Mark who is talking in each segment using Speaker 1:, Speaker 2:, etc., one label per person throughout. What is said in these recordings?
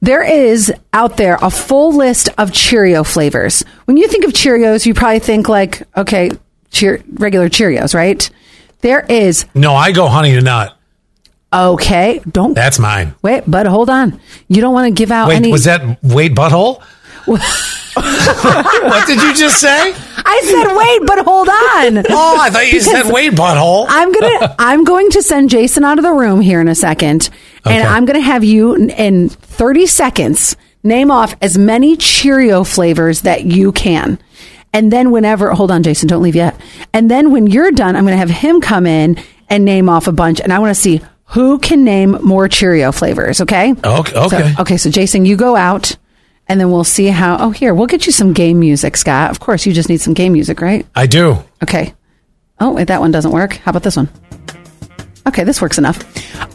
Speaker 1: There is out there a full list of Cheerio flavors. When you think of Cheerios, you probably think like, okay, cheer, regular Cheerios, right? There is,
Speaker 2: No, I go honey to nut.
Speaker 1: okay, don't
Speaker 2: That's mine.
Speaker 1: wait, but hold on. You don't want to give out
Speaker 2: Wait,
Speaker 1: any.
Speaker 2: was that Wade Butthole? what did you just say?
Speaker 1: I said, wait, but hold on.
Speaker 2: Oh, I thought you
Speaker 1: Because-
Speaker 2: said Wade Butthole.
Speaker 1: I'm gonna I'm going to send Jason out of the room here in a second, and
Speaker 2: Okay.
Speaker 1: I'm gonna have you in, in 30 seconds name off as many Cheerio flavors that you can, and then whenever hold on, Jason, don't leave yet. And then when you're done, I'm gonna have him come in and name off a bunch, and I want to see who can name more Cheerio flavors. Okay.
Speaker 2: Okay. Oh, okay.
Speaker 1: So, okay. So Jason, you go out. And then we'll see how. Oh, here, we'll get you some game music, Scott. Of course, you just need some game music, right?
Speaker 2: I do.
Speaker 1: Okay. Oh, wait, that one doesn't work. How about this one? Okay, this works enough.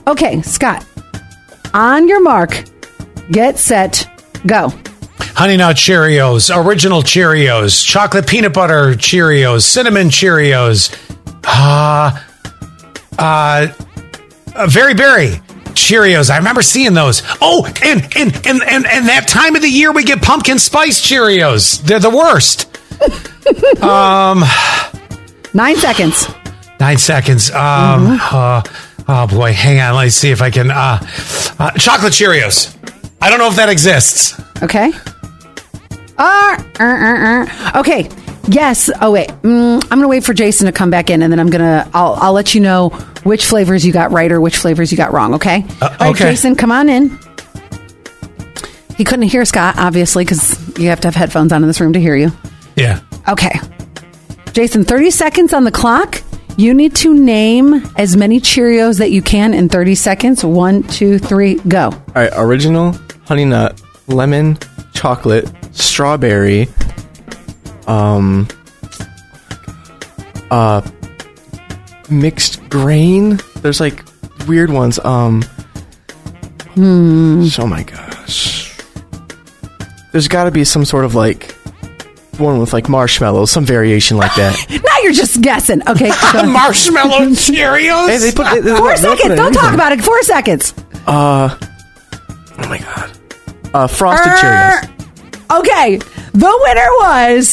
Speaker 1: Okay, Scott, on your mark, get set, go.
Speaker 2: Honey Nut Cheerios, Original Cheerios, Chocolate Peanut Butter Cheerios, Cinnamon Cheerios, uh, uh, uh, Very Berry Cheerios. I remember seeing those. Oh, and, and, and, and, and that time of the year we get Pumpkin Spice Cheerios. They're the worst.
Speaker 1: Nine seconds.
Speaker 2: Nine seconds. Um,
Speaker 3: Mm-hmm.
Speaker 2: uh, oh, boy. Hang on. Let's see if I can. Uh, uh, chocolate Cheerios. I don't know if that exists.
Speaker 1: Okay. Uh, uh, uh, uh. Okay. Yes. Oh wait. Mm, I'm gonna wait for Jason to come back in, and then I'm gonna I'll I'll let you know which flavors you got right or which flavors you got wrong. Okay.
Speaker 2: Uh,
Speaker 1: All right,
Speaker 2: okay.
Speaker 1: Jason, come on in. He couldn't hear Scott, obviously, because you have to have headphones on in this room to hear you.
Speaker 2: Yeah.
Speaker 1: Okay. Jason, 30 seconds on the clock. You need to name as many Cheerios that you can in 30 seconds. One, two, three, go.
Speaker 3: All right, original, honey nut, lemon, chocolate, strawberry, um, uh, mixed grain. There's like weird ones. Um, hmm. Oh my gosh. There's got to be some sort of like one with like marshmallows, some variation like that.
Speaker 1: Now you're just guessing. Okay. go.
Speaker 2: Marshmallow Cheerios.
Speaker 3: hey, they put they- they're
Speaker 1: Four
Speaker 3: not- they're not
Speaker 1: seconds.
Speaker 3: putting
Speaker 1: Don't talk
Speaker 3: anything.
Speaker 1: about it. Four seconds.
Speaker 3: Oh my god. Uh,
Speaker 1: Er,
Speaker 3: frosted
Speaker 1: Err.
Speaker 3: Cheerios.
Speaker 1: Okay. The winner was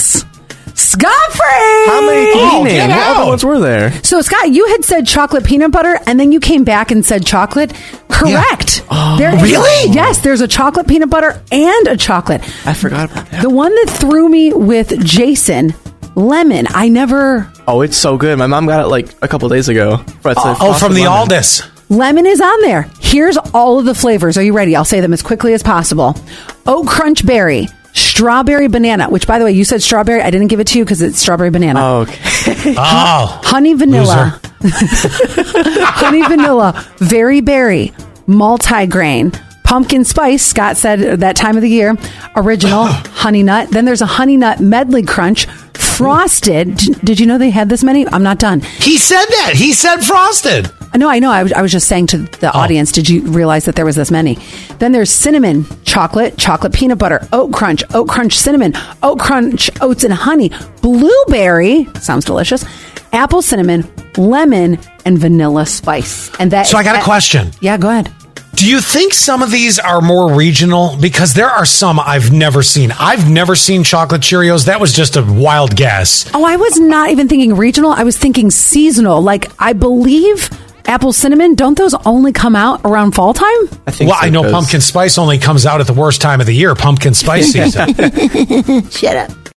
Speaker 1: Scott Free.
Speaker 3: How many?
Speaker 2: Oh,
Speaker 3: can you
Speaker 2: get
Speaker 3: name? What
Speaker 2: out.
Speaker 3: other ones were there?
Speaker 1: So, Scott, you had said chocolate peanut butter, and then you came back and said chocolate. Correct.
Speaker 3: Oh,
Speaker 1: There is-
Speaker 2: really?
Speaker 1: yes, there's a chocolate peanut butter and a chocolate.
Speaker 3: I forgot about that.
Speaker 1: The one that threw me with Jason, lemon. I never.
Speaker 3: Oh, it's so good. My mom got it like a couple days ago. But it's a
Speaker 2: Oh, from
Speaker 3: frosted
Speaker 2: the
Speaker 3: lemon.
Speaker 2: Aldous.
Speaker 1: Lemon is on there. Here's all of the flavors. Are you ready? I'll say them as quickly as possible. Oat crunch berry, strawberry banana, which by the way, you said strawberry. I didn't give it to you because it's strawberry banana.
Speaker 3: Oh, okay.
Speaker 2: Oh,
Speaker 1: honey vanilla. honey vanilla, very berry, multigrain, pumpkin spice. Scott said that time of the year. Original honey nut. Then there's a honey nut medley crunch, frosted. D- Did you know they had this many? I'm not done.
Speaker 2: he said that. He said frosted.
Speaker 1: Uh, No, I know. I was, I was just saying to the
Speaker 2: Oh.
Speaker 1: audience, did you realize that there was this many? Then there's cinnamon, chocolate, chocolate peanut butter, oat crunch, oat crunch cinnamon, oat crunch oats and honey, blueberry, sounds delicious, apple cinnamon, lemon, and vanilla spice. And that
Speaker 2: So I got a question.
Speaker 1: Yeah, go ahead.
Speaker 2: Do you think some of these are more regional? Because there are some I've never seen. I've never seen chocolate Cheerios. That was just a wild guess.
Speaker 1: Oh, I was not even thinking regional. I was thinking seasonal. Like, I believe apple cinnamon, don't those only come out around fall time?
Speaker 3: I think.
Speaker 2: Well,
Speaker 3: so,
Speaker 2: I know
Speaker 3: 'cause-
Speaker 2: pumpkin spice only comes out at the worst time of the year, pumpkin spice season.
Speaker 1: Shut up.